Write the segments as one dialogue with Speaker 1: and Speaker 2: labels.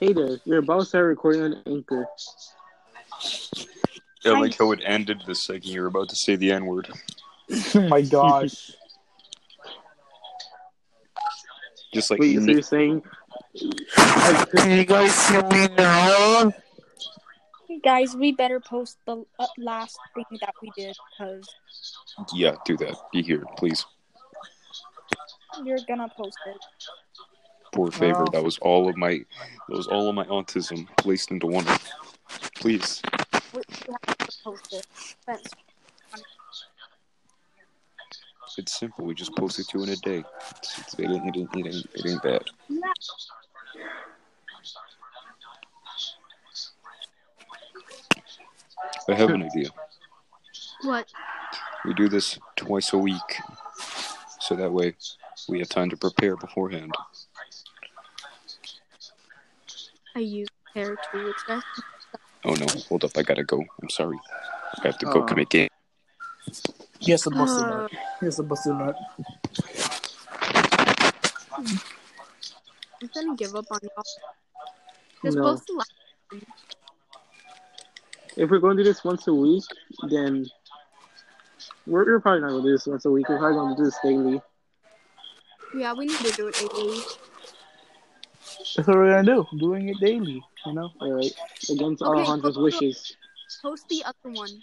Speaker 1: Hey there, you're about to start recording on Anchor.
Speaker 2: I like how it ended the second you were about to say the N word.
Speaker 3: Oh my gosh.
Speaker 2: Just like
Speaker 1: Wait, so you're saying?
Speaker 4: Can you guys see me now?
Speaker 5: Guys, we better post the uh, last thing that we did because
Speaker 2: yeah, do that. Be here, please.
Speaker 5: you're gonna post it.
Speaker 2: Poor favor.
Speaker 3: Oh.
Speaker 2: That was all of my that was all of my autism placed into one. Please.
Speaker 5: We we have to post it. That's
Speaker 2: It's simple. We just posted two in a day. It's, it's, it, ain't, it, ain't, it, ain't, it ain't bad. I have an idea.
Speaker 5: what?
Speaker 2: We do this twice a week. So that way we have time to prepare beforehand.
Speaker 5: Are you prepared to accept?
Speaker 2: Oh no, hold up. I gotta go. I'm sorry. I have to go
Speaker 1: Aw.
Speaker 2: commit game.
Speaker 3: Here's a busted
Speaker 5: Uh.
Speaker 3: nut. Here's a busted nut.
Speaker 5: I'm gonna give up on y'all.
Speaker 1: Just No. post If we're going to do this once a week, then we're, we're probably not going to do this once a week. We're probably going to do this daily.
Speaker 5: Yeah, we need to do it daily.
Speaker 3: That's what we're gonna do. Doing it daily, you know?
Speaker 1: All right, against
Speaker 5: Okay,
Speaker 1: Alejandro's
Speaker 5: but-
Speaker 1: wishes.
Speaker 5: Post the other one.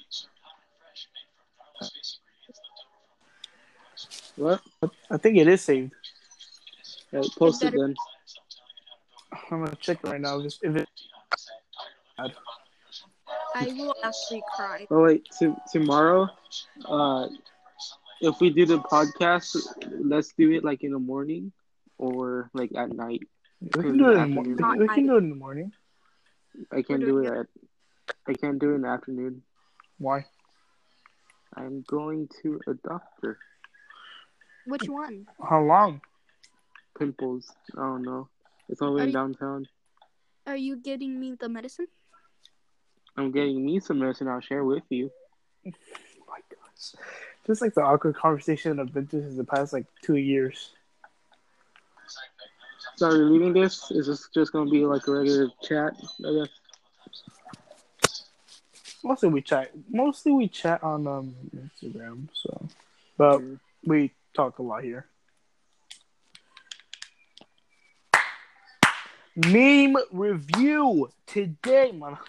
Speaker 1: What?
Speaker 3: I think it is saved.
Speaker 1: All right, post it then.
Speaker 3: I'm gonna check it right now. Just if it
Speaker 5: I will actually cry.
Speaker 1: Oh wait, to, tomorrow, uh, if we do the podcast, let's do it like in the morning or like at night.
Speaker 3: we can do it in the morning.
Speaker 1: Not
Speaker 3: We can do it in the morning.
Speaker 1: I can't
Speaker 5: We're
Speaker 1: do
Speaker 5: doing
Speaker 1: it at. I can't do it in the afternoon.
Speaker 3: Why?
Speaker 1: I'm going to a doctor.
Speaker 5: Which one?
Speaker 3: How long?
Speaker 1: Pimples. I don't know. It's all the way in
Speaker 5: Are
Speaker 1: downtown.
Speaker 5: Are you getting me the medicine?
Speaker 1: I'm getting me some medicine. I'll share with you.
Speaker 3: Oh my gosh. Just like the awkward conversation I've been through since the past like two years.
Speaker 1: So are you leaving this? Is this just gonna be like a regular chat? I guess.
Speaker 3: Mostly we chat mostly we chat on um Instagram, so but we talk a lot here. Meme review today, man.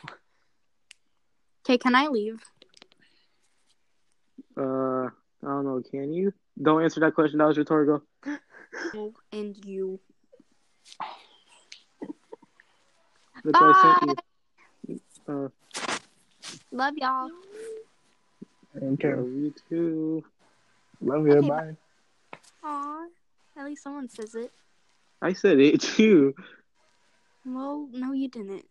Speaker 5: Okay, can I leave?
Speaker 1: Uh, I don't know. Can you? Don't answer that question. That was rhetorical.
Speaker 5: No, and you.
Speaker 1: That's what I
Speaker 5: Bye.
Speaker 1: sent you. Uh,
Speaker 5: Love y'all.
Speaker 3: Okay.
Speaker 1: Love you too.
Speaker 3: Love you.
Speaker 5: Okay,
Speaker 3: Bye.
Speaker 5: Aw. At least someone says it.
Speaker 1: I said it too.
Speaker 5: Well, no, you didn't.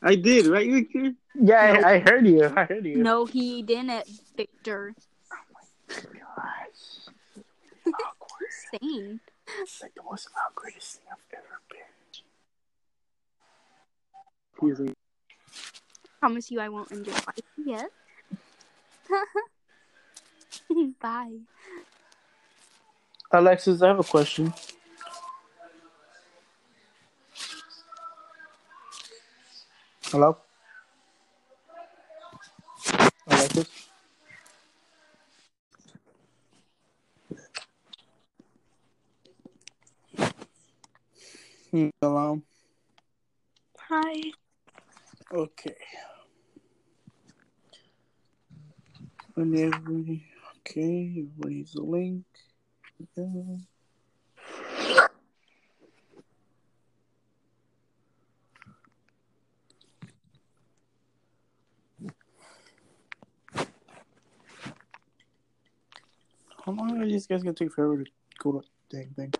Speaker 1: I did, right, Victor?
Speaker 3: yeah, I, I heard you. I heard you.
Speaker 5: No, he didn't, Victor.
Speaker 3: Gosh.
Speaker 5: Sane.
Speaker 3: It's like the most awkwardest thing I've ever been.
Speaker 1: He's like,
Speaker 5: Promise you I won't end your life yet. Bye.
Speaker 3: Alexis, I have a question. Hello? Alexis? Hmm, Hello.
Speaker 5: Hi.
Speaker 3: Okay. Whenever we, okay, everybody's the link. Yeah. How long are these guys gonna take forever to go to dang thing?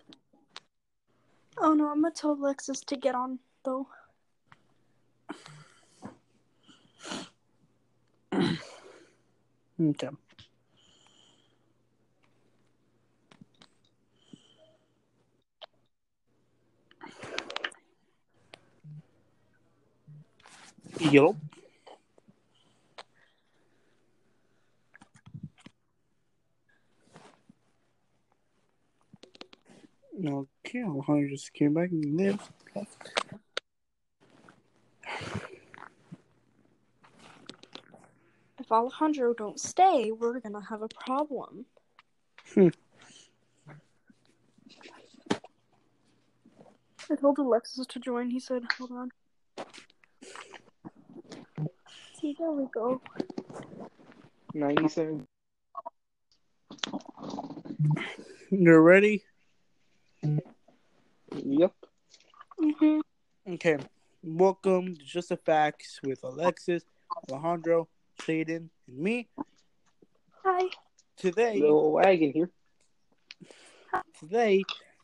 Speaker 6: Oh no, I'm gonna tell Alexis to get on though.
Speaker 3: Okay. Yellow. Calhoun just came back and lived.
Speaker 6: If Alejandro don't stay, we're gonna have a problem.
Speaker 3: Hmm.
Speaker 6: I told Alexis to join. He said, "Hold on." See, there we go.
Speaker 1: Ninety-seven.
Speaker 3: You're ready?
Speaker 1: Yep.
Speaker 6: hmm
Speaker 3: Okay. Welcome to Just the Facts with Alexis, Alejandro, Shaden, and me.
Speaker 6: Hi.
Speaker 3: Today,
Speaker 1: Little wagon here.
Speaker 3: today,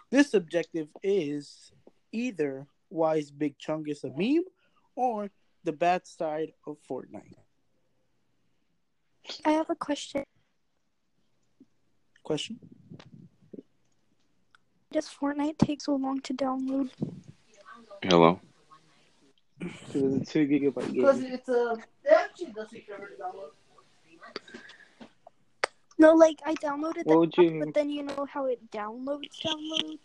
Speaker 3: this subjective is either why is Big Chungus a meme or the bad side of Fortnite.
Speaker 5: I have a question.
Speaker 3: Question?
Speaker 5: Does Fortnite take so long to download?
Speaker 2: Hello.
Speaker 1: It was a two gigabyte
Speaker 7: Because
Speaker 1: game.
Speaker 7: it's a. It actually does take forever to download.
Speaker 5: No, like I downloaded
Speaker 1: What
Speaker 5: the
Speaker 1: would
Speaker 5: app,
Speaker 1: you?
Speaker 5: but then you know how it downloads, downloads.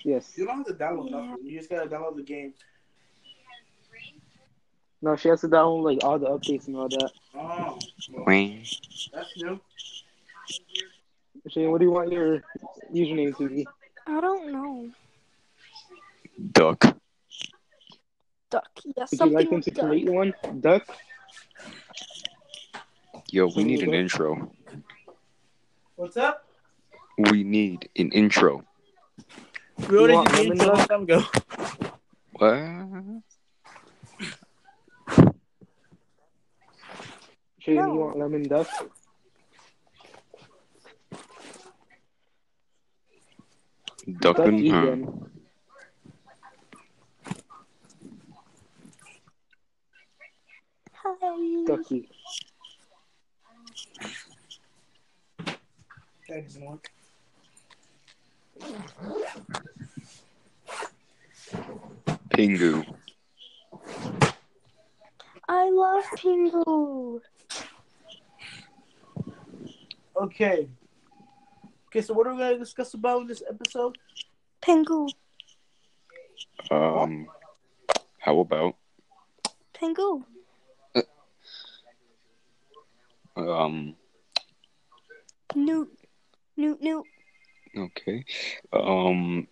Speaker 1: Yes.
Speaker 3: You don't have to download
Speaker 5: Yeah.
Speaker 3: nothing. You just gotta download the game.
Speaker 1: No, she has to download like all the updates and all that.
Speaker 3: Oh,
Speaker 2: Wing.
Speaker 3: that's new.
Speaker 1: Shane, what do you want your username to be?
Speaker 5: I don't know.
Speaker 2: Duck.
Speaker 5: Duck. Yes,
Speaker 1: Would you
Speaker 5: something
Speaker 1: like them
Speaker 5: with
Speaker 1: to
Speaker 5: duck.
Speaker 1: create one? Duck.
Speaker 2: Yo, we need an intro.
Speaker 3: What's up?
Speaker 2: We need an intro.
Speaker 3: We already
Speaker 1: want
Speaker 3: did the
Speaker 1: lemon
Speaker 3: intro a long
Speaker 1: left?
Speaker 3: time ago.
Speaker 2: What?
Speaker 1: Shane,
Speaker 5: No.
Speaker 1: you want lemon duck? Duck
Speaker 2: Duckin',
Speaker 1: you
Speaker 2: huh?
Speaker 1: then.
Speaker 5: Hi.
Speaker 1: Ducky.
Speaker 3: That doesn't work.
Speaker 2: Pingu.
Speaker 5: I love Pingu.
Speaker 3: Okay. Okay, so what are we gonna discuss about in this episode?
Speaker 5: Pingu.
Speaker 2: Um, how about
Speaker 5: Pingu.
Speaker 2: um?
Speaker 5: Newt. Newt. Newt.
Speaker 2: Okay. Um,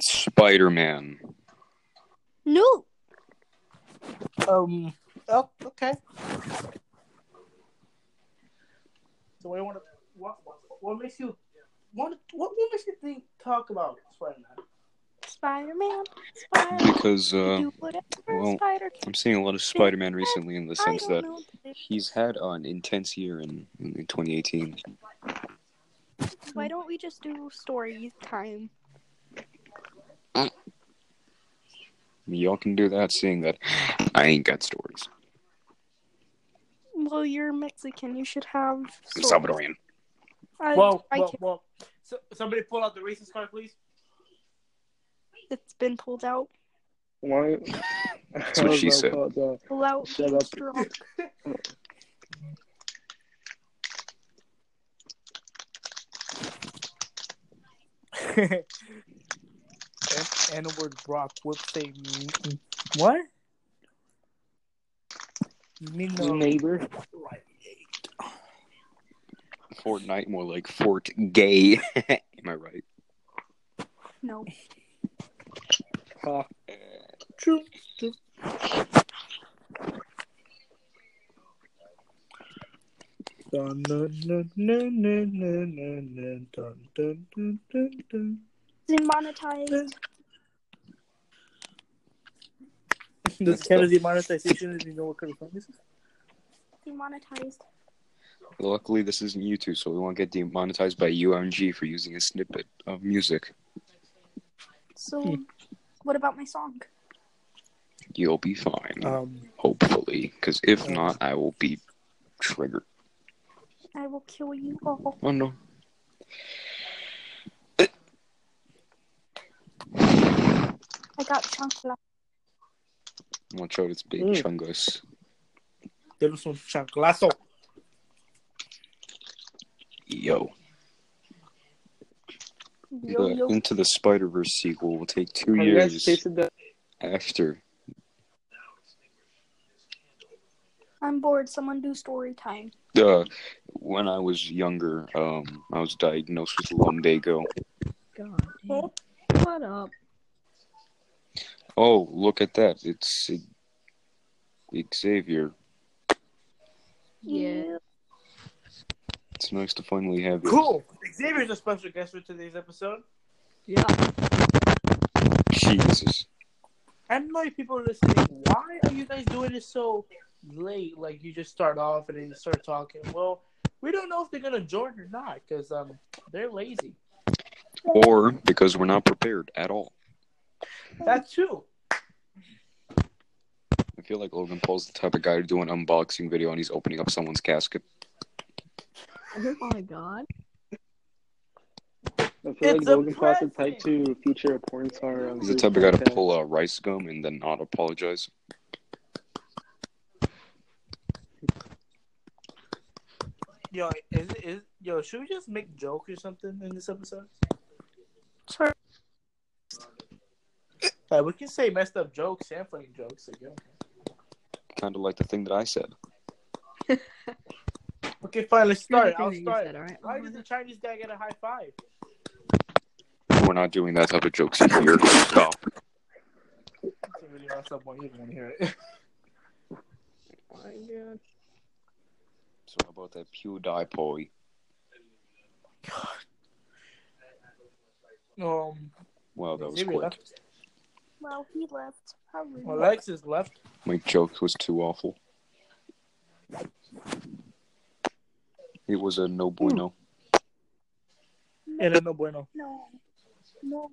Speaker 2: Spider Man.
Speaker 5: Newt.
Speaker 3: Um. Oh, okay. So what do you want to? What, what what makes you? What what what makes you think talk about Spider Man?
Speaker 5: Spider Man. Spider.
Speaker 2: Because uh,
Speaker 5: do whatever
Speaker 2: well,
Speaker 5: Spider can.
Speaker 2: I'm seeing a lot of Spider Man recently in the
Speaker 5: I
Speaker 2: sense
Speaker 5: don't
Speaker 2: that
Speaker 5: know. what to do.
Speaker 2: he's had an intense year in, in 2018.
Speaker 5: Why don't we just do story time?
Speaker 2: Y'all can do that, seeing that I ain't got stories.
Speaker 6: Well, you're Mexican. You should have.
Speaker 2: I'm
Speaker 6: sort-
Speaker 2: Salvadorian.
Speaker 6: I,
Speaker 3: Whoa,
Speaker 6: I
Speaker 3: whoa,
Speaker 6: can't-
Speaker 3: whoa! So, somebody pull out the racist card, please.
Speaker 6: It's been pulled out.
Speaker 1: Why? That's
Speaker 2: what she said.
Speaker 6: Pull out.
Speaker 1: Shut
Speaker 6: being
Speaker 1: uh, up.
Speaker 6: strong.
Speaker 3: and word Brock would say mm, what?
Speaker 1: Neighbor.
Speaker 2: Fortnite, more like Fort Gay. Am I right?
Speaker 6: No.
Speaker 1: Ha.
Speaker 3: True. Dun, dun, dun, dun, dun, dun, dun, dun, dun, dun, dun, dun.
Speaker 5: It's monetized.
Speaker 3: Does it count as demonetization if you know what kind of song this is?
Speaker 5: Demonetized.
Speaker 2: Luckily, this isn't YouTube, so we won't get demonetized by UMG for using a snippet of music.
Speaker 5: So, what about my song?
Speaker 2: You'll be fine,
Speaker 3: Um,
Speaker 2: hopefully. Because if
Speaker 3: um,
Speaker 2: not, I will be triggered.
Speaker 5: I will kill you all.
Speaker 2: Oh no.
Speaker 5: I got chunks left.
Speaker 2: Watch out, it's Big
Speaker 1: Mm.
Speaker 2: Chungus.
Speaker 3: denos un chanclazo.
Speaker 2: Yo.
Speaker 5: Yo,
Speaker 2: The
Speaker 5: yo.
Speaker 2: Into the Spider Verse sequel will take two
Speaker 1: Have you guys
Speaker 2: years
Speaker 1: tasted that?
Speaker 2: after.
Speaker 5: I'm bored. Someone do story time.
Speaker 2: Uh, when I was younger, um, I was diagnosed with lumbago.
Speaker 8: God.
Speaker 5: Huh?
Speaker 8: Damn. Shut up.
Speaker 2: Oh, look at that! It's Xavier.
Speaker 8: Yeah.
Speaker 2: It's nice to finally have you.
Speaker 3: Cool. Xavier's a special guest for today's episode.
Speaker 8: Yeah.
Speaker 2: Jesus.
Speaker 3: And like people are listening, why are you guys doing this so late? Like you just start off and then you start talking. Well, we don't know if they're gonna join or not because um they're lazy.
Speaker 2: Or because we're not prepared at all.
Speaker 3: That too.
Speaker 2: I feel like Logan Paul's the type of guy to do an unboxing video and he's opening up someone's casket.
Speaker 8: Oh my god.
Speaker 1: I feel
Speaker 3: It's
Speaker 1: like Logan Paul's the
Speaker 3: depressing.
Speaker 1: type to feature a porn star. on
Speaker 2: He's the
Speaker 1: his
Speaker 2: type of guy to
Speaker 1: podcast.
Speaker 2: pull a rice gum and then not apologize.
Speaker 3: Yo, is it is yo? Should we just make joke or something in this episode?
Speaker 5: Sure.
Speaker 3: Like we can say messed up jokes, sampling jokes. Like, yo.
Speaker 2: Kind of like the thing that I said.
Speaker 3: Okay, fine. Let's
Speaker 8: Here's
Speaker 3: start.
Speaker 8: the
Speaker 3: I'll
Speaker 8: thing that you
Speaker 3: start.
Speaker 8: said, all right? Oh
Speaker 3: Why did the Chinese guy get a high five?
Speaker 2: We're not doing that type of jokes here. Stop.
Speaker 3: That's a really messed up one. You don't want to hear it.
Speaker 8: Oh my god.
Speaker 2: So how about that PewDie boy?
Speaker 3: Um,
Speaker 2: Wow, Oh, that was
Speaker 3: Xavier
Speaker 2: quick.
Speaker 3: left.
Speaker 5: Well, he left. How rude.
Speaker 3: Alexis left.
Speaker 2: My joke was too awful. It was a no bueno.
Speaker 3: And then no bueno.
Speaker 5: No. No.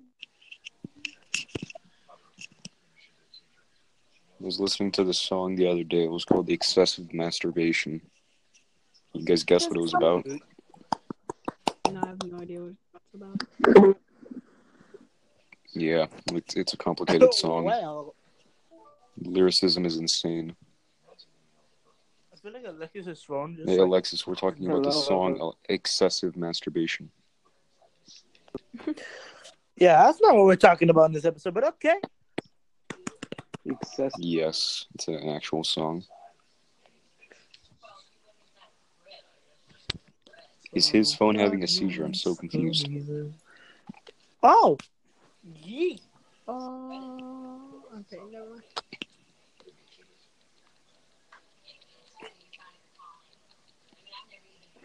Speaker 2: I was listening to this song the other day. It was called The Excessive Masturbation. You guys guess what it was about?
Speaker 8: No, I have no idea what that's about.
Speaker 2: Yeah, it's, it's a complicated song.
Speaker 3: Well,
Speaker 2: Lyricism is insane.
Speaker 3: I feel like Alexis is wrong. Just
Speaker 2: Hey,
Speaker 3: like,
Speaker 2: Alexis, we're talking about the
Speaker 1: Hello.
Speaker 2: song uh, Excessive Masturbation.
Speaker 3: yeah, that's not what we're talking about in this episode. But okay.
Speaker 1: Excess-
Speaker 2: Yes, it's an actual song. Is his phone having a seizure? I'm so confused.
Speaker 3: Oh, yee.
Speaker 8: Oh. Okay. Never mind.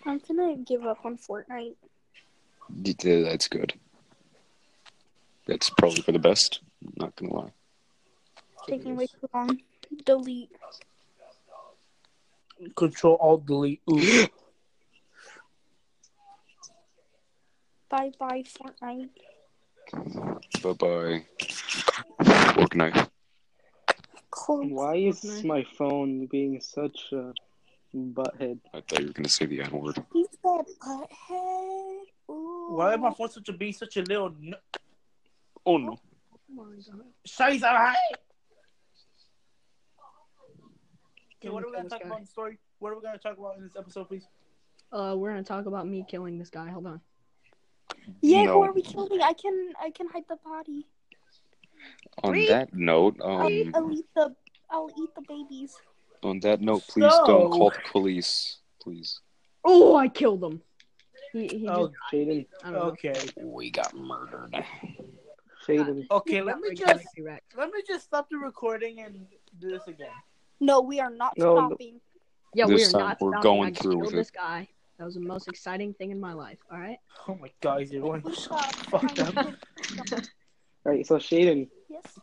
Speaker 5: I'm gonna give up on Fortnite.
Speaker 2: D- d- That's good. That's probably for the best. I'm not gonna lie.
Speaker 5: Taking way too long. Delete.
Speaker 3: Control Alt Delete. Ooh.
Speaker 5: Bye bye Fortnite.
Speaker 2: Bye bye. Fortnite.
Speaker 5: Close.
Speaker 1: Why is my phone being such a butthead?
Speaker 2: I thought you were gonna say the N word.
Speaker 5: He said butthead. Ooh.
Speaker 3: Why am I supposed to be such a little n-
Speaker 1: Oh no!
Speaker 8: Oh my god.
Speaker 3: size of height? Okay,
Speaker 8: Gonna
Speaker 3: what are we
Speaker 8: kill
Speaker 3: gonna
Speaker 8: this
Speaker 3: talk
Speaker 8: guy.
Speaker 3: about in the story? What are we gonna talk about in this episode, please?
Speaker 8: Uh, we're gonna talk about me killing this guy. Hold on.
Speaker 5: Yeah,
Speaker 2: No.
Speaker 5: who are we killing? I can I can hide the body.
Speaker 2: On that note, um,
Speaker 5: I'll eat the I'll eat the babies.
Speaker 2: on that note, please
Speaker 3: So-
Speaker 2: don't call the police, please.
Speaker 8: Oh, I killed him. He, he
Speaker 3: Oh,
Speaker 8: just,
Speaker 1: Jaden,
Speaker 8: I don't
Speaker 3: okay.
Speaker 2: We got murdered.
Speaker 1: Jaden,
Speaker 8: know.
Speaker 3: Okay, let me
Speaker 8: Like,
Speaker 3: just
Speaker 8: directly wrecked.
Speaker 3: let me just stop the recording and do this again.
Speaker 5: No, we are not
Speaker 1: No, no.
Speaker 5: stopping.
Speaker 8: Yeah, we
Speaker 2: This
Speaker 8: are
Speaker 2: time
Speaker 8: not
Speaker 2: we're
Speaker 8: stopping.
Speaker 2: going
Speaker 8: I
Speaker 2: through
Speaker 8: killed
Speaker 2: with it.
Speaker 8: this guy. That was the most exciting thing in my life. All right.
Speaker 3: Oh my god, you're going
Speaker 5: We stopped.
Speaker 3: fucked up.
Speaker 1: alright. So Shaden,
Speaker 5: Yes.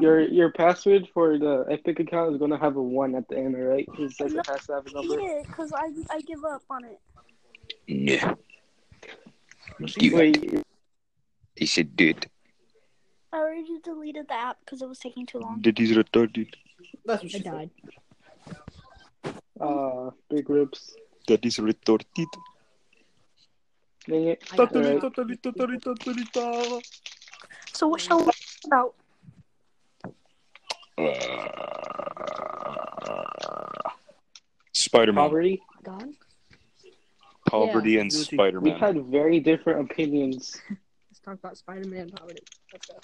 Speaker 1: your your password for the Epic account is gonna have a one at the end, alright? Because like it has to have a number.
Speaker 5: Yeah, because I I give up on it.
Speaker 2: Yeah. Do it.
Speaker 1: Wait,
Speaker 2: He said do it.
Speaker 5: I already deleted the app because it was taking too long.
Speaker 2: That is retarded.
Speaker 3: That's what
Speaker 8: I
Speaker 3: she said.
Speaker 8: died.
Speaker 1: uh, big rips.
Speaker 2: That is retarded.
Speaker 1: Dang it.
Speaker 8: I
Speaker 1: to me,
Speaker 8: died.
Speaker 1: talk Mm.
Speaker 5: So what shall we talk about?
Speaker 2: Spider Man.
Speaker 1: Poverty.
Speaker 8: God.
Speaker 2: Poverty and
Speaker 3: Guilty.
Speaker 2: Spider
Speaker 1: We've
Speaker 2: Man.
Speaker 1: had very different opinions.
Speaker 8: Let's talk about Spider-Man poverty. Let's go.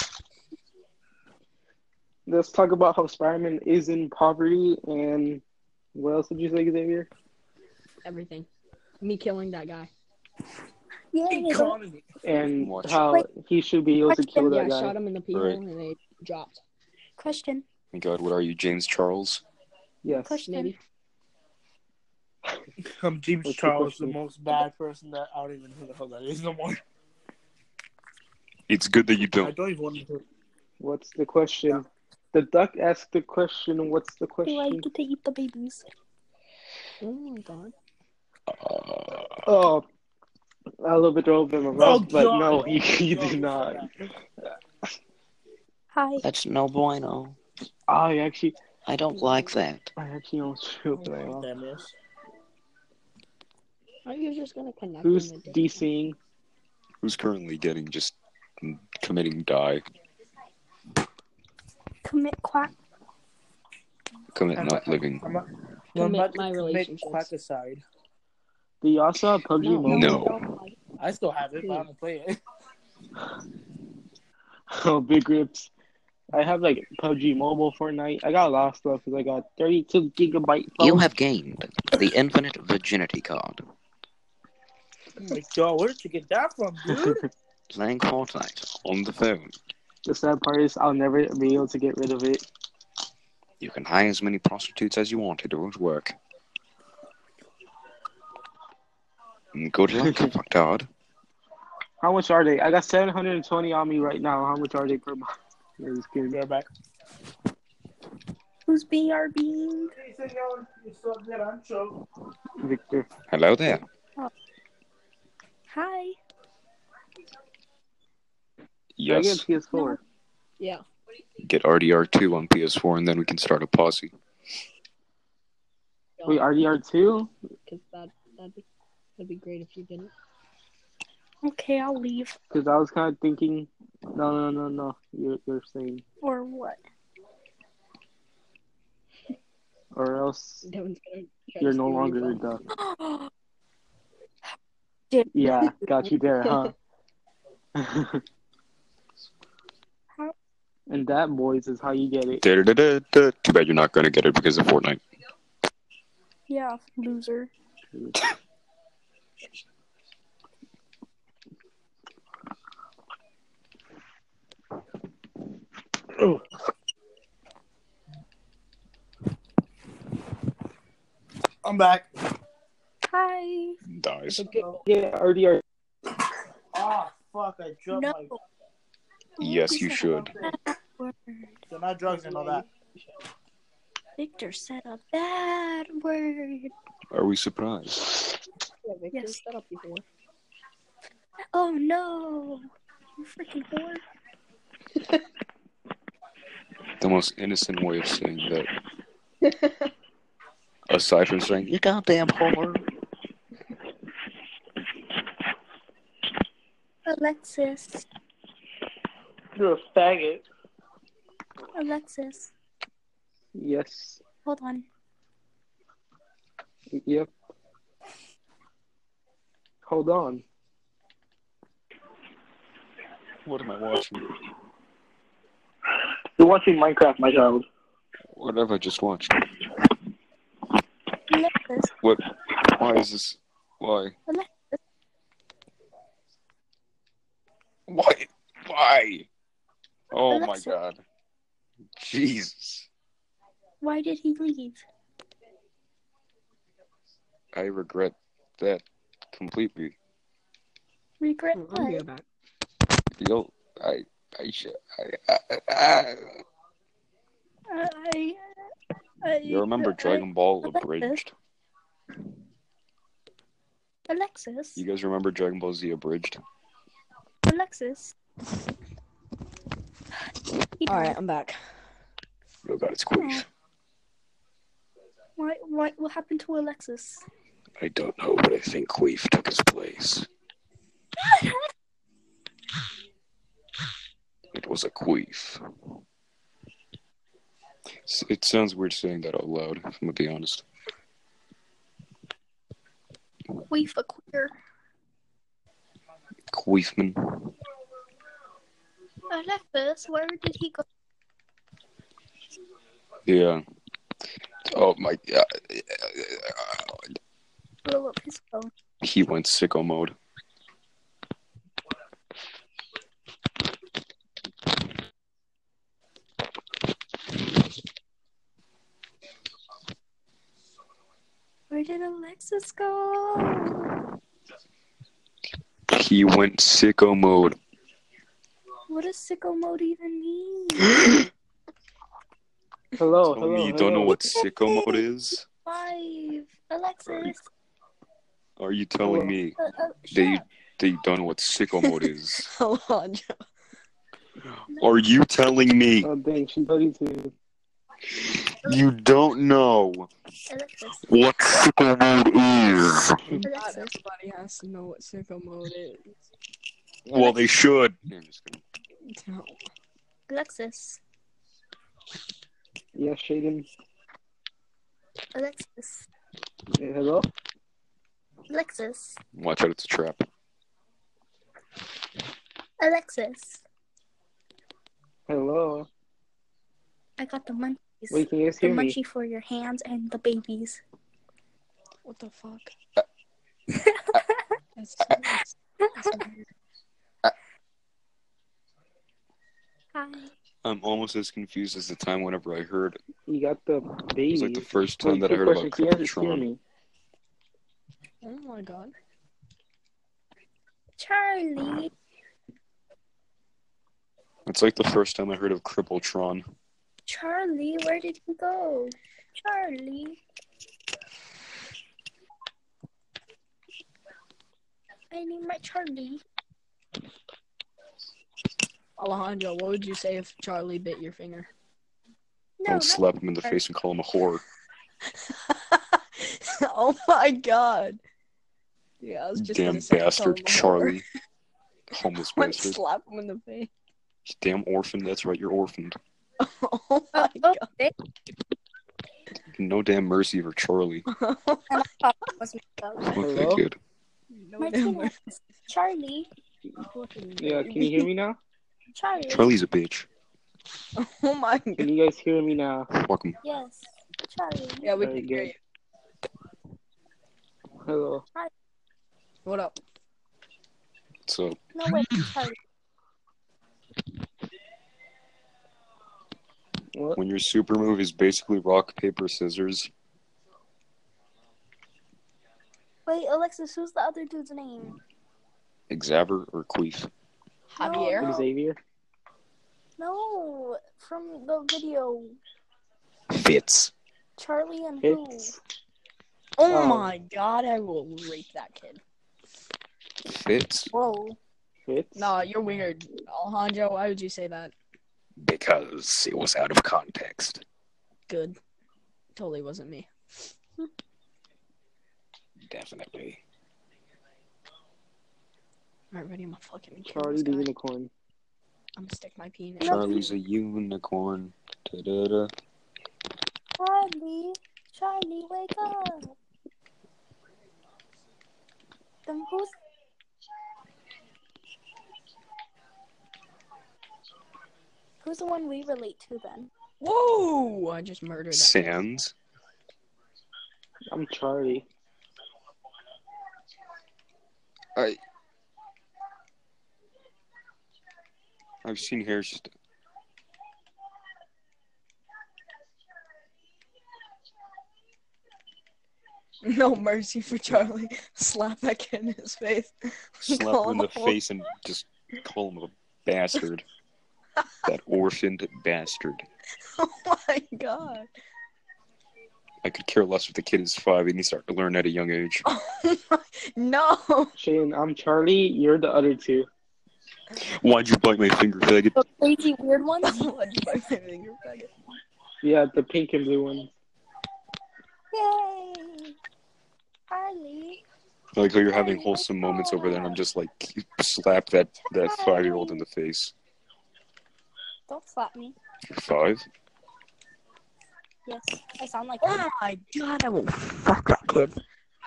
Speaker 1: Let's talk about how Spider-Man is in poverty and what else did you say, Xavier?
Speaker 8: Everything. Me killing that guy.
Speaker 5: Yeah,
Speaker 3: Economy.
Speaker 1: And
Speaker 2: Watch.
Speaker 1: how
Speaker 5: Wait.
Speaker 1: he should be able to kill
Speaker 8: yeah,
Speaker 1: that guy.
Speaker 8: shot him in the people
Speaker 2: Right.
Speaker 8: and they dropped.
Speaker 5: question.
Speaker 2: Thank Oh God, what are you, James Charles?
Speaker 1: Yes.
Speaker 5: Question.
Speaker 8: Maybe.
Speaker 3: I'm James
Speaker 1: What's the
Speaker 3: Charles, the
Speaker 1: question?
Speaker 3: most bad person that I don't even know who the hell that is no more.
Speaker 2: It's good that you
Speaker 3: I
Speaker 2: don't.
Speaker 3: don't even want to.
Speaker 1: What's the question? The duck asked the question. What's the
Speaker 5: They
Speaker 1: question?
Speaker 5: like to eat the babies.
Speaker 8: Oh my god.
Speaker 2: Uh,
Speaker 1: Oh, I love it over my mouth,
Speaker 3: Oh,
Speaker 1: but
Speaker 3: God.
Speaker 1: no, you, you
Speaker 3: God,
Speaker 1: do not.
Speaker 5: Hi.
Speaker 9: That's no bueno.
Speaker 1: I actually,
Speaker 9: I don't like that.
Speaker 1: I actually almost threw up my
Speaker 3: Damn,
Speaker 1: mouth.
Speaker 3: yes.
Speaker 8: Are you just gonna connect?
Speaker 1: Who's
Speaker 8: him to Disney?
Speaker 1: DCing?
Speaker 2: Who's currently getting just committing die?
Speaker 5: Commit quack.
Speaker 2: Commit
Speaker 3: I'm
Speaker 2: not
Speaker 3: a-
Speaker 2: living.
Speaker 3: I'm, a- I'm
Speaker 8: Commit
Speaker 3: about to
Speaker 8: my
Speaker 3: commit
Speaker 8: relationships.
Speaker 3: quack aside.
Speaker 1: Do y'all saw PUBG
Speaker 8: No.
Speaker 1: Mobile?
Speaker 2: No.
Speaker 3: I still have it, but I don't play it.
Speaker 1: Oh, big rips. I have like PUBG Mobile Fortnite. I got a lot of stuff because I got 32 gigabyte. Phone.
Speaker 9: You have gained the infinite virginity card.
Speaker 3: Like, yo, where'd you get that from, dude?
Speaker 9: Playing Fortnite on the phone.
Speaker 1: the sad part is I'll never be able to get rid of it.
Speaker 9: You can hire as many prostitutes as you want. It won't work. Good luck, fucktard.
Speaker 1: How much are they? I got 720 on me right now. How much are they per month? No, just kidding.
Speaker 3: Go back.
Speaker 5: Who's BRBing?
Speaker 1: Victor.
Speaker 2: Hello there.
Speaker 5: Hi.
Speaker 1: Can I
Speaker 2: Yes.
Speaker 1: get a PS4.
Speaker 8: Yeah.
Speaker 2: Get RDR2 on PS4 and then we can start a posse.
Speaker 1: Wait, RDR two?
Speaker 8: Because that that'd be that'd be great if you didn't.
Speaker 5: Okay, I'll leave.
Speaker 1: Because I was kind of thinking, no, no, no, no. You're you're saying,
Speaker 5: Or what?
Speaker 1: or else
Speaker 8: Devin's gonna try to
Speaker 1: you're no
Speaker 8: steal your
Speaker 1: longer a
Speaker 8: phone.
Speaker 1: duck. Yeah, got you there, huh? and that, boys, is how you get it.
Speaker 2: Da-da-da-da-da. Too bad you're not going to get it because of Fortnite.
Speaker 5: Yeah, loser.
Speaker 3: I'm back.
Speaker 5: Hi.
Speaker 2: Dies.
Speaker 8: Okay.
Speaker 1: Yeah, RDR.
Speaker 3: Ah, fuck, I dropped
Speaker 5: No.
Speaker 3: my.
Speaker 2: Yes, you should.
Speaker 5: Word.
Speaker 3: So not drugs and all that.
Speaker 5: Victor said a bad word.
Speaker 2: Are we surprised?
Speaker 8: Yeah, Victor,
Speaker 5: Yes.
Speaker 8: shut up, you whore.
Speaker 5: Oh no. You freaking whore.
Speaker 2: The most innocent way of saying that. Aside from saying,
Speaker 9: You goddamn whore.
Speaker 5: Alexis.
Speaker 1: You're a faggot.
Speaker 5: Alexis.
Speaker 1: Yes.
Speaker 5: Hold on.
Speaker 1: Yep. Hold on.
Speaker 2: What am I watching?
Speaker 1: You're watching Minecraft, my child.
Speaker 2: What have I just watched?
Speaker 5: Alexis.
Speaker 2: What? Why is this? Why? Why? Why? Oh my
Speaker 5: Alexa.
Speaker 2: god. Jesus.
Speaker 5: Why did he leave?
Speaker 2: I regret that completely.
Speaker 5: Regret
Speaker 8: Well, I'm
Speaker 5: what?
Speaker 8: here back.
Speaker 2: Yo, I, I, sh- I, I, I,
Speaker 5: I, I,
Speaker 2: you remember
Speaker 5: I-
Speaker 2: Dragon Ball
Speaker 5: Alexa.
Speaker 2: Abridged?
Speaker 5: Alexis.
Speaker 2: You guys remember Dragon Ball Z Abridged?
Speaker 5: Alexis.
Speaker 8: All right, I'm back.
Speaker 2: Oh god, it's quick.
Speaker 5: Why, why, what happened to Alexis?
Speaker 2: I don't know, but I think Queef took his place. It was a queef. S- It sounds weird saying that out loud, if I'm gonna be honest.
Speaker 5: Queef a queer.
Speaker 2: Queefman.
Speaker 5: Alexis, where did he go?
Speaker 2: Yeah. Oh my god.
Speaker 5: Blow up his phone.
Speaker 2: He went sicko mode.
Speaker 5: Where did Alexis go?
Speaker 2: He went sicko mode.
Speaker 5: What does sicko mode even mean?
Speaker 1: Hello, Oh,
Speaker 2: Tell
Speaker 1: hello.
Speaker 2: me you don't know
Speaker 1: hello.
Speaker 2: what sicko mode is?
Speaker 5: Five. Alexis.
Speaker 2: Are you telling me
Speaker 5: Uh, uh, shut
Speaker 2: They-
Speaker 5: up.
Speaker 2: that you don't know what sicko mode is?
Speaker 8: Alondra.
Speaker 2: Are you telling me
Speaker 1: Oh dang, she's ready to.
Speaker 2: you don't know
Speaker 5: Alexis.
Speaker 2: what sicko mode is?
Speaker 8: God,
Speaker 5: Alexis.
Speaker 8: everybody has to know what sicko mode is.
Speaker 2: Well, they should. I'm just kidding.
Speaker 8: No.
Speaker 5: Alexis.
Speaker 1: Yes, Shaden.
Speaker 5: Alexis.
Speaker 1: Yeah, hello.
Speaker 5: Alexis.
Speaker 2: Watch out, it's a trap.
Speaker 5: Alexis.
Speaker 1: Hello.
Speaker 5: I got the munchies.
Speaker 1: Wait, can you guys
Speaker 5: the
Speaker 1: hear me?
Speaker 5: munchie for your hands and the babies.
Speaker 8: What the fuck?
Speaker 2: Uh,
Speaker 8: That's, that's, that's weird.
Speaker 5: Hi.
Speaker 2: I'm almost as confused as the time whenever I heard.
Speaker 1: You got the
Speaker 2: It
Speaker 1: babies.
Speaker 2: was like the first
Speaker 1: Wait,
Speaker 2: time that I
Speaker 1: quick
Speaker 2: heard about
Speaker 1: question, Can you guys hear
Speaker 2: Kryptron.
Speaker 1: me?
Speaker 8: Oh my god.
Speaker 5: Charlie.
Speaker 2: It's like the first time I heard of Crippletron.
Speaker 5: Charlie, where did he go? Charlie. I need my Charlie.
Speaker 8: Alejandro, what would you say if Charlie bit your finger?
Speaker 5: No,
Speaker 2: I
Speaker 5: not
Speaker 2: would slap him in the face and call him a whore.
Speaker 8: oh my god. Yeah, I was just
Speaker 2: Damn
Speaker 8: gonna say,
Speaker 2: bastard,
Speaker 8: tell him
Speaker 2: Charlie. Homeless
Speaker 8: to
Speaker 2: bastard.
Speaker 8: slap him in the face.
Speaker 2: Damn orphan. That's right, you're orphaned.
Speaker 8: Oh my
Speaker 5: oh,
Speaker 8: god.
Speaker 5: they
Speaker 2: No damn mercy for Charlie.
Speaker 5: was made up.
Speaker 2: Fuck that
Speaker 1: Hello?
Speaker 2: kid.
Speaker 8: No damn
Speaker 5: Martina. Charlie.
Speaker 1: Yeah, can you hear me now?
Speaker 5: Charlie.
Speaker 2: Charlie's a bitch.
Speaker 8: Oh my god.
Speaker 1: Can you guys hear me now?
Speaker 2: Fuck him.
Speaker 5: Yes. Charlie.
Speaker 8: Yeah, we
Speaker 1: Very
Speaker 8: can hear
Speaker 1: good.
Speaker 8: you.
Speaker 1: Hello.
Speaker 8: What up?
Speaker 2: So
Speaker 5: No, wait, Charlie.
Speaker 1: What?
Speaker 2: when your super move is basically rock, paper, scissors,
Speaker 5: Wait, Alexis, who's the other dude's name?
Speaker 2: Xaver or Queef.
Speaker 8: Javier?
Speaker 5: No.
Speaker 1: Xavier.
Speaker 5: No, from the video.
Speaker 2: Fitz.
Speaker 5: Charlie and who?
Speaker 1: It's
Speaker 8: Oh,
Speaker 1: Oh.
Speaker 8: my god, I will rape that kid.
Speaker 2: Fitz.
Speaker 5: Whoa.
Speaker 1: it's
Speaker 8: Nah, you're weird. Alejandro, why would you say that?
Speaker 10: Because it was out of context.
Speaker 8: Good. Totally wasn't me.
Speaker 10: Definitely.
Speaker 8: Alright, ready? I'm a fucking kill
Speaker 1: Charlie
Speaker 8: this
Speaker 1: the
Speaker 8: guy.
Speaker 1: Unicorn.
Speaker 8: I'm gonna stick my peen in.
Speaker 2: Charlie's a unicorn. Da-da-da.
Speaker 5: Charlie. Charlie, wake up. Then who's. Who's the one we relate to then?
Speaker 8: Whoa! I just murdered that.
Speaker 2: Sans.
Speaker 1: I'm Charlie.
Speaker 2: I. I've seen hair. St-
Speaker 8: No mercy for Charlie. Slap that kid in his face.
Speaker 2: slap
Speaker 8: Call
Speaker 2: him in the
Speaker 8: him a-
Speaker 2: face and just call him a bastard. that orphaned bastard.
Speaker 8: Oh my god.
Speaker 2: I could care less if the kid is five. He needs to learn at a young age.
Speaker 8: Oh my... No!
Speaker 1: Shaden, I'm Charlie. You're the other two.
Speaker 2: Why'd you bite my finger, faggot?
Speaker 5: The crazy weird one?
Speaker 8: Why'd you bite my finger, faggot?
Speaker 1: Yeah, the pink and blue ones.
Speaker 5: Yay! Charlie.
Speaker 2: I like how you're having wholesome moments over there, and I'm just like, slap that that five year old in the face.
Speaker 5: Don't slap me.
Speaker 2: You're five?
Speaker 5: Yes, I sound like Oh,
Speaker 8: Oh my god, I will fuck that kid.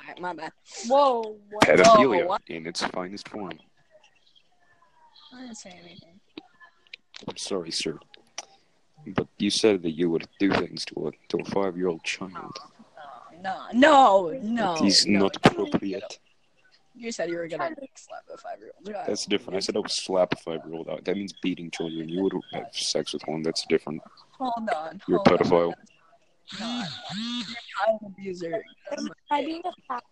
Speaker 8: right, my bad.
Speaker 5: Whoa, what?
Speaker 2: Pedophilia
Speaker 8: Whoa, what?
Speaker 2: in its finest form.
Speaker 8: I didn't say anything.
Speaker 2: I'm sorry, sir. But you said that you would do things to a to a five year old child.
Speaker 8: Oh, No, no, no.
Speaker 2: That is
Speaker 8: Oh, no.
Speaker 2: not appropriate.
Speaker 8: You said you were gonna slap a five-year-old child.
Speaker 2: That's different. I said I would slap a five year old out. That means beating children. You would have sex with one. That's different.
Speaker 8: Hold on.
Speaker 2: You're a
Speaker 8: hold on.
Speaker 2: pedophile.
Speaker 8: No, I'm not. You're a child abuser.
Speaker 5: I being a fat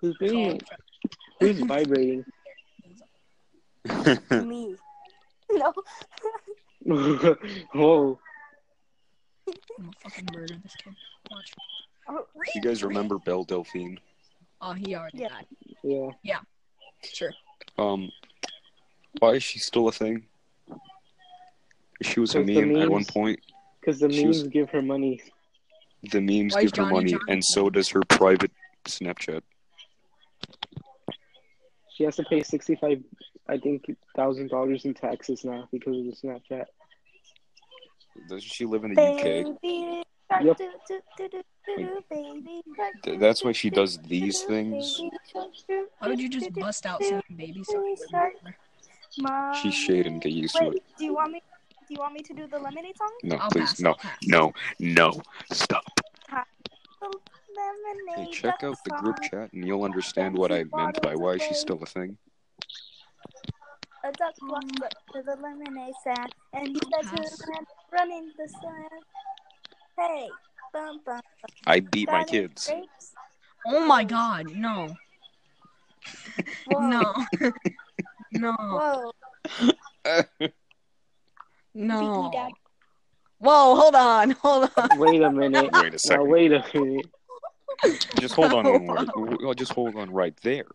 Speaker 1: Who's being? Who's vibrating?
Speaker 5: me. No,
Speaker 1: Whoa.
Speaker 8: I'm gonna fucking murder this kid. Watch.
Speaker 2: you guys remember Belle Delphine?
Speaker 8: Oh, he already
Speaker 5: Yeah.
Speaker 8: died.
Speaker 1: Yeah.
Speaker 8: Sure.
Speaker 2: Um, why is she still a thing? She was a
Speaker 1: Because the
Speaker 2: meme at one
Speaker 1: memes-
Speaker 2: point.
Speaker 1: Because the
Speaker 2: She
Speaker 1: memes
Speaker 2: was-
Speaker 1: give her money.
Speaker 2: The memes
Speaker 8: Why is
Speaker 2: give her
Speaker 8: Johnny
Speaker 2: money,
Speaker 8: Johnson?
Speaker 2: and so does her private Snapchat.
Speaker 1: She has to pay sixty five, I think, thousand dollars in taxes now because of the Snapchat.
Speaker 2: Doesn't she live in the UK?
Speaker 5: baby.
Speaker 1: Yep.
Speaker 5: baby
Speaker 2: Th- that's why she does these things.
Speaker 8: Why would you just bust out some baby stuff?
Speaker 2: She's shade and get used to it.
Speaker 5: Wait, do you want me? Do you want me to do the lemonade song?
Speaker 2: No,
Speaker 8: I'll
Speaker 2: please,
Speaker 8: pass,
Speaker 2: no,
Speaker 8: I'll pass.
Speaker 2: no, no, stop.
Speaker 5: The
Speaker 2: Hey,
Speaker 5: lemonade.
Speaker 2: check out the group
Speaker 5: song.
Speaker 2: chat, and you'll understand what I meant by why she's still a thing.
Speaker 5: A duck walks up to the lemonade stand and he starts running, running the sand. Hey, bum bum.
Speaker 2: I beat my
Speaker 5: got any
Speaker 2: kids.
Speaker 5: grapes?
Speaker 8: Oh my god, no.
Speaker 5: Whoa,
Speaker 8: No. no.
Speaker 5: Whoa. Beat me,
Speaker 8: No.
Speaker 5: Dad.
Speaker 8: Whoa, hold on, hold on.
Speaker 1: Wait a minute.
Speaker 2: Wait a
Speaker 1: now
Speaker 2: second.
Speaker 1: wait a minute.
Speaker 2: Just hold on one more. W- Well, just hold on right there.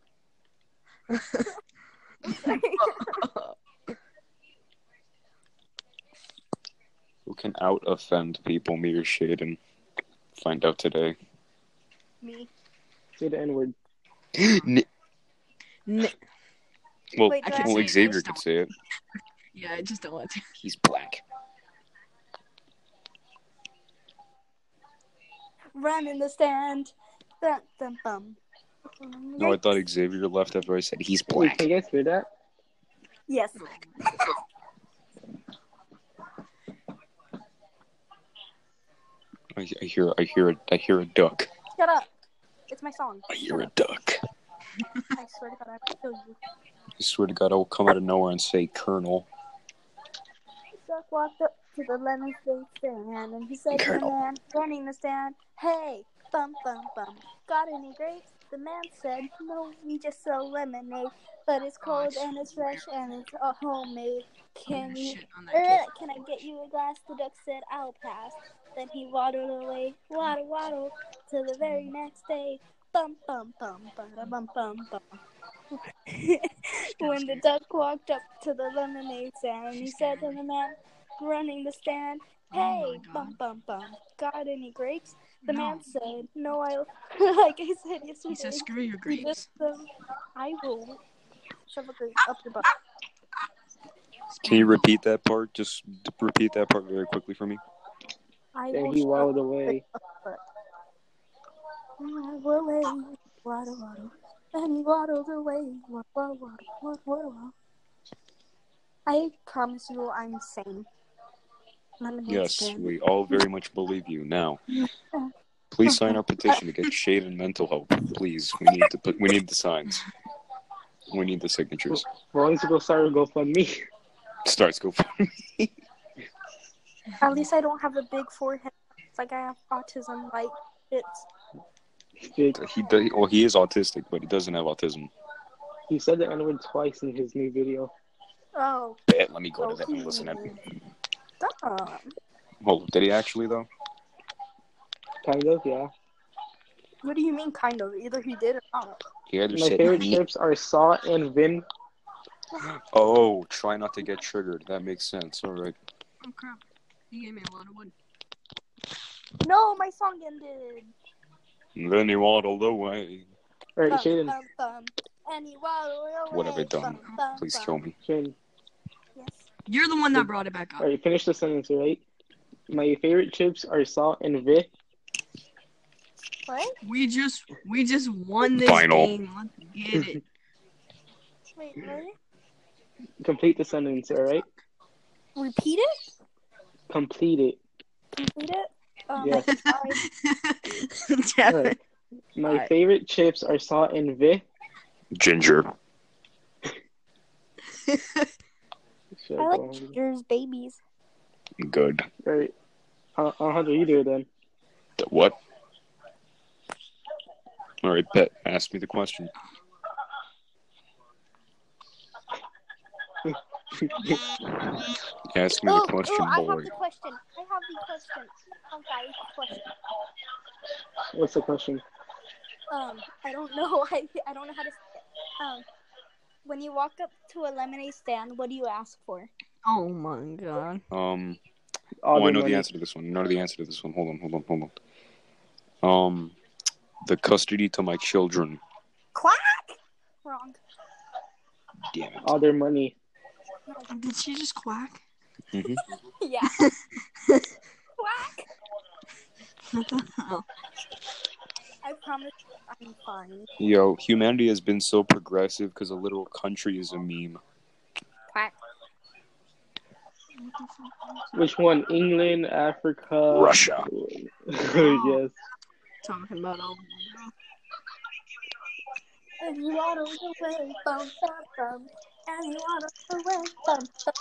Speaker 2: Who can out offend people, me or Shaden? Find out today.
Speaker 5: Me.
Speaker 1: Say the N word.
Speaker 2: N-
Speaker 8: N-
Speaker 2: well,
Speaker 5: Wait, do I
Speaker 2: well
Speaker 8: say it?
Speaker 2: Xavier could say it.
Speaker 8: yeah, I just don't want to.
Speaker 2: He's black.
Speaker 5: Run in the stand. Dun, dun, bum.
Speaker 2: No, I thought Xavier left after I said he's
Speaker 1: Wait,
Speaker 2: black.
Speaker 1: can you guys hear that?
Speaker 5: Yes.
Speaker 2: I, I hear, I hear, a, I hear a duck.
Speaker 5: Shut up. It's my song.
Speaker 2: I hear a duck.
Speaker 5: I swear to God, I will kill you.
Speaker 2: I swear to God, I will come out of nowhere and say Colonel.
Speaker 5: Chuck walked up to the lemon state stand and he said to the
Speaker 2: Colonel.
Speaker 5: man running the stand, Hey, bum bum bum, got any grapes? The man said, No, we just sell lemonade, but it's cold
Speaker 8: Gosh.
Speaker 5: and it's fresh and it's uh, homemade. Can you?
Speaker 8: Shit on that
Speaker 5: Uh,
Speaker 8: kid.
Speaker 5: can I get you a glass? The duck said, I'll pass. Then he waddled away, waddle waddle, till the very next day. Bum bum bum bum bum bum bum. when the duck walked up to the lemonade stand, he said to the man running the stand, Hey,
Speaker 8: Oh my
Speaker 5: bum
Speaker 8: god.
Speaker 5: bum bum, got any grapes? The
Speaker 8: No.
Speaker 5: man said, No, I like I said
Speaker 8: He
Speaker 5: yesterday.
Speaker 8: says, screw your
Speaker 5: He
Speaker 8: grapes.
Speaker 5: just um, I will shove a grape up your butt.
Speaker 2: Can you repeat that part? Just d- repeat that part very quickly for me.
Speaker 5: I
Speaker 1: And
Speaker 5: will
Speaker 1: he
Speaker 5: shove
Speaker 1: waddled
Speaker 5: a
Speaker 1: away.
Speaker 5: grape up your butt. And I will away, waddle waddle, and he waddled away, waddle waddle, waddle waddle. I promise you, I'm sane. Lemonade
Speaker 2: Yes,
Speaker 5: stand.
Speaker 2: we all very much believe you. Now, please sign our petition to get shade and mental help. Please, we need to put, we need the signs. We need the signatures.
Speaker 1: Well, he's go start a GoFundMe.
Speaker 2: Starts go.
Speaker 5: At least I don't have a big forehead. It's like I have autism, like it's.
Speaker 1: Shit.
Speaker 2: He does, well, he is autistic, but he doesn't have autism.
Speaker 1: He said the N word twice in his new video.
Speaker 5: Oh,
Speaker 2: Bet. Let me go to that and listen. In.
Speaker 5: stop.
Speaker 2: Oh, did he actually though?
Speaker 1: Kind of, yeah.
Speaker 5: What do you mean, kind of? Either he did or not.
Speaker 2: He either
Speaker 1: My
Speaker 2: said,
Speaker 1: favorite
Speaker 2: "Ni-
Speaker 1: chips are Saw and Vin.
Speaker 2: "Oh, try not to get triggered." That makes sense. All right.
Speaker 8: Oh crap. He gave me a lot of wood.
Speaker 5: No, my song ended.
Speaker 2: And then he waddled away.
Speaker 1: All right,
Speaker 5: Bum,
Speaker 1: Shaden.
Speaker 5: bum, bum. And he waddled away.
Speaker 2: What have I done?
Speaker 5: Bum, bum,
Speaker 2: Please
Speaker 5: bum.
Speaker 2: kill me.
Speaker 1: Shaden.
Speaker 5: Yes.
Speaker 8: You're the one that brought it back
Speaker 1: All
Speaker 8: up.
Speaker 1: right, finish the sentence, all right? My favorite chips are Saw and Vin.
Speaker 5: What?
Speaker 11: We just we just won this
Speaker 2: Final.
Speaker 11: game. Let's get it.
Speaker 5: Wait, really?
Speaker 1: Complete the sentence, all right?
Speaker 5: Repeat it?
Speaker 1: Complete it.
Speaker 5: Complete it? Um,
Speaker 1: Yes.
Speaker 11: Yeah.
Speaker 1: Alright. My
Speaker 11: Alright.
Speaker 1: favorite chips are salt and vic.
Speaker 2: Ginger.
Speaker 1: Shut
Speaker 5: I
Speaker 1: up,
Speaker 5: like
Speaker 1: Alejandro.
Speaker 5: Ginger's babies.
Speaker 2: Good.
Speaker 1: um, All right. Uh, Alejandro, you do it then.
Speaker 2: The what? All right, bet. Ask me the question. Ask me
Speaker 5: Oh,
Speaker 2: the question,
Speaker 5: I have
Speaker 2: boy.
Speaker 5: the question. I have the question. I've got the question.
Speaker 1: What's the question?
Speaker 5: Um, I don't know. I, I don't know how to. say it. Um, when you walk up to a lemonade stand, what do you ask for?
Speaker 11: Oh my god.
Speaker 2: Um.
Speaker 1: All
Speaker 2: oh, I
Speaker 1: the
Speaker 2: know
Speaker 1: money.
Speaker 2: the answer to this one. I know the answer to this one. Hold on, hold on, hold on. Um, the custody to my children.
Speaker 5: Quack! Wrong.
Speaker 2: Damn it.
Speaker 1: All their money.
Speaker 11: Did she just quack?
Speaker 2: Mhm.
Speaker 5: Yeah. Quack! I promise I'm fine.
Speaker 2: Yo, humanity has been so progressive because a literal country is a meme.
Speaker 5: Quack.
Speaker 1: Which one? England, Africa,
Speaker 2: Russia.
Speaker 1: yes.
Speaker 11: Talking about all
Speaker 5: And you waddle away, bum, bum, bum. And you waddle away, bum, bum.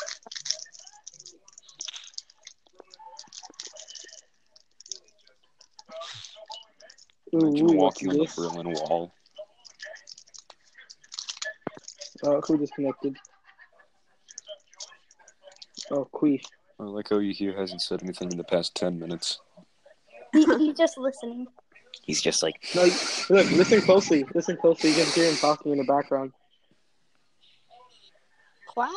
Speaker 1: Ooh,
Speaker 2: Imagine
Speaker 1: ooh, what's
Speaker 2: walking on the
Speaker 1: this?
Speaker 2: Berlin Wall.
Speaker 1: Uh, who disconnected? Oh, Queef.
Speaker 2: I like how Yahoo hasn't said anything in the past 10 minutes.
Speaker 5: He, he's just listening.
Speaker 2: He's just like,
Speaker 1: No, look, listen closely. Listen closely. You can hear him talking in the background.
Speaker 11: Quack?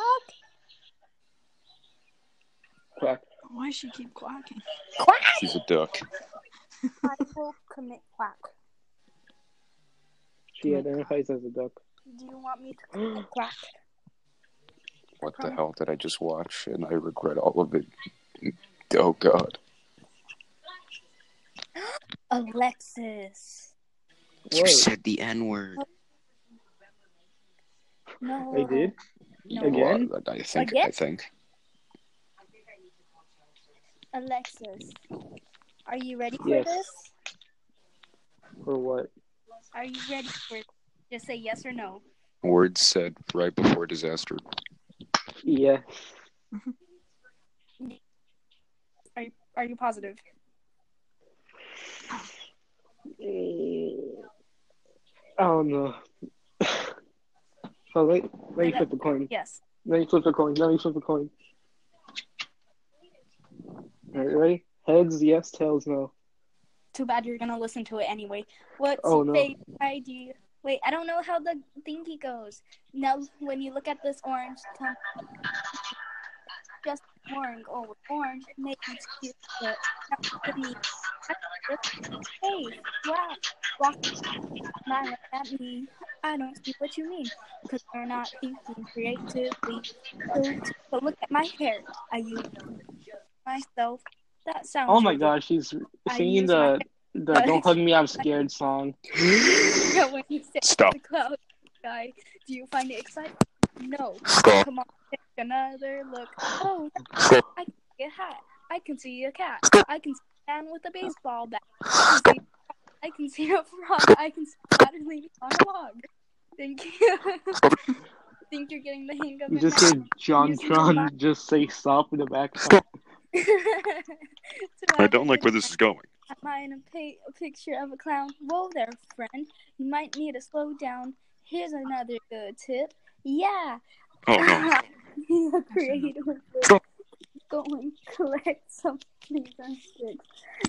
Speaker 1: Quack.
Speaker 11: Why does she keep quacking?
Speaker 2: she's a duck.
Speaker 5: I will commit quack.
Speaker 1: She identifies as a duck.
Speaker 5: Do you want me to commit quack?
Speaker 2: What the hell did I just watch? And I regret all of it. Oh, God.
Speaker 5: Alexis.
Speaker 9: You
Speaker 1: Wait,
Speaker 9: said the N word.
Speaker 5: No.
Speaker 1: I did?
Speaker 5: No.
Speaker 1: Again?
Speaker 2: Well, I, I think. I
Speaker 5: Again?
Speaker 2: think.
Speaker 5: Alexis, are you ready for
Speaker 1: Yes.
Speaker 5: this?
Speaker 1: Or what?
Speaker 5: Are you ready for it? Just say yes or no.
Speaker 2: Words said right before disaster.
Speaker 1: Yes.
Speaker 5: Are you, are you positive?
Speaker 1: I don't know. oh, wait. Let me flip the coin.
Speaker 5: Yes.
Speaker 1: Let me flip the coin. Let me flip the coin. All right, ready? Heads, yes. Tails, no.
Speaker 5: Too bad you're gonna listen to it anyway. What's
Speaker 1: Oh, no.
Speaker 5: your favorite idea? Wait, I don't know how the thingy goes. Now, when you look at this orange, tell just orange. Oh, orange makes you cute. but not to me. Hey, wow, walk smiling at me. I don't see what you mean because you're not thinking creatively. So, but look at my hair. I use myself. That sounds.
Speaker 1: Oh my
Speaker 5: ridiculous.
Speaker 1: gosh, she's
Speaker 5: I
Speaker 1: singing
Speaker 5: use my
Speaker 1: the the "Don't Hug Me, I'm Scared" song.
Speaker 5: No, when you say
Speaker 2: Stop.
Speaker 5: the cloud guy, do you find it exciting? No.
Speaker 2: Stop.
Speaker 5: Come on, take another look. Oh, I can see a hat. I can see a cat. I can see a man with a baseball bat. I can see, I can see a frog. I can see a cat leaning on a log. Thank you. Think you're getting the hang of
Speaker 1: You
Speaker 5: it
Speaker 1: just
Speaker 5: now?
Speaker 1: hear John
Speaker 5: Using the
Speaker 1: Tron
Speaker 5: laugh.
Speaker 1: just say "Stop" in the background.
Speaker 5: So
Speaker 2: I don't like where this is going.
Speaker 5: Am I in a, pa- a picture of a clown? Whoa there, friend. You might need to slow down. Here's another good tip. Yeah.
Speaker 2: Oh, no.
Speaker 5: Be a creative with Go and collect some leaves and sticks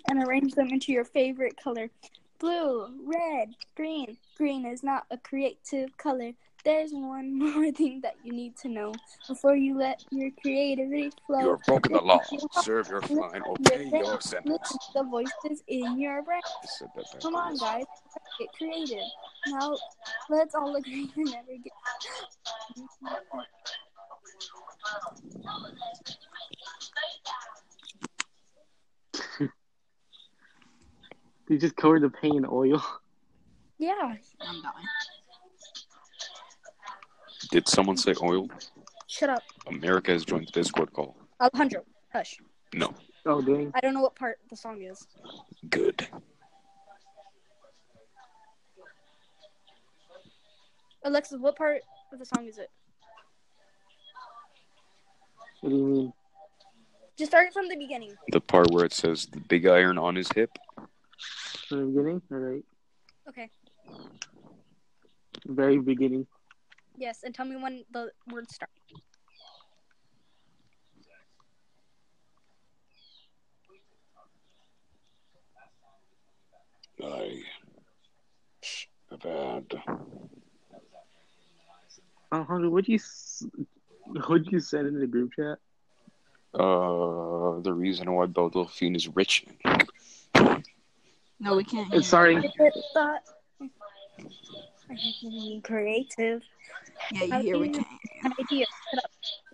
Speaker 5: and arrange them into your favorite color. Blue, red, green. Green is not a creative color. There's one more thing that you need to know before you let your creativity flow.
Speaker 2: You have broken the law. Serve your
Speaker 5: Listen
Speaker 2: fine.
Speaker 5: to
Speaker 2: Obey
Speaker 5: your
Speaker 2: your
Speaker 5: brain. Listen
Speaker 2: sentence.
Speaker 5: to the voices in your brain.
Speaker 2: I said that backwards.
Speaker 5: Come on, guys. Let's get creative. Now, let's all agree to never get.
Speaker 1: They just covered the paint in oil.
Speaker 5: Yeah.
Speaker 11: I'm dying.
Speaker 2: Did someone say oil?
Speaker 5: Shut up.
Speaker 2: America has joined the Discord call.
Speaker 5: Alejandro, hush.
Speaker 2: No.
Speaker 1: Oh, dang.
Speaker 5: I don't know what part the song is.
Speaker 2: Good.
Speaker 5: Alexis, what part of the song is it?
Speaker 1: What do you mean?
Speaker 5: Just start it from the beginning.
Speaker 2: The part where it says the big iron on his hip.
Speaker 1: From the beginning? All right.
Speaker 5: Okay.
Speaker 1: Very beginning.
Speaker 5: Yes, and tell me when the words start.
Speaker 2: I have had. uh,
Speaker 1: Alejandro, what Uh, you s- what you said in the group chat?
Speaker 2: Uh, the reason why Belle Delphine is rich.
Speaker 11: No, we can't.
Speaker 1: Uh, Sorry.
Speaker 5: thought I had to be creative.
Speaker 11: Yeah, you
Speaker 5: I
Speaker 11: hear we
Speaker 5: even-
Speaker 11: can't.
Speaker 5: An idea. Shut up.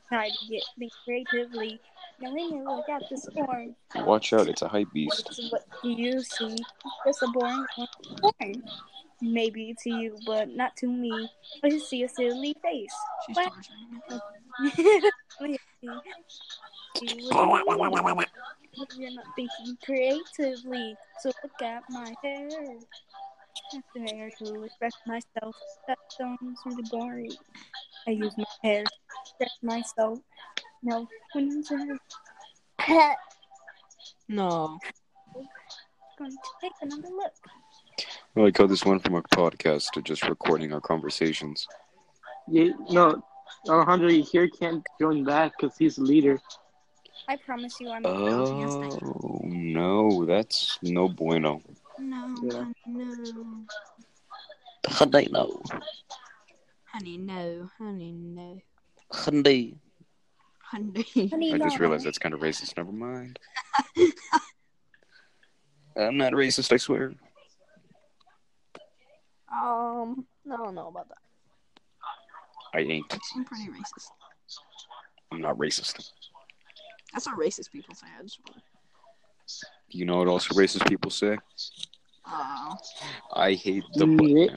Speaker 5: Try to get think creatively. Knowing that I got this orange.
Speaker 2: Watch out, it's a hype beast.
Speaker 5: What, what do you see? Just a boring orange. Maybe to you, but not to me. I just see a silly face.
Speaker 11: She's
Speaker 5: What?
Speaker 11: torturing me.
Speaker 5: You're not thinking creatively, so look at my hair. After hair to express myself, that sounds really boring. I use my hair to express myself. No, when you say
Speaker 11: No.
Speaker 5: going to take another look.
Speaker 2: I like how this went from a podcast to just recording our conversations.
Speaker 1: Yeah, no, Alejandro here can't join back because he's the leader.
Speaker 5: I promise you, I'm.
Speaker 2: Oh no, that's no bueno.
Speaker 11: No,
Speaker 1: Yeah.
Speaker 11: honey, no.
Speaker 9: Hyundai no.
Speaker 11: Honey, no. Honey, no.
Speaker 9: Hyundai.
Speaker 11: Honey.
Speaker 5: Honey,
Speaker 2: I just
Speaker 5: no.
Speaker 2: realized that's kind of racist. Never mind. I'm not racist, I swear.
Speaker 11: Um, I don't know about that.
Speaker 2: I ain't.
Speaker 11: Actually, I'm pretty racist.
Speaker 2: I'm not racist.
Speaker 11: That's what racist people say. I just want.
Speaker 2: You know what also racist people say?
Speaker 11: Oh.
Speaker 2: I hate the black man.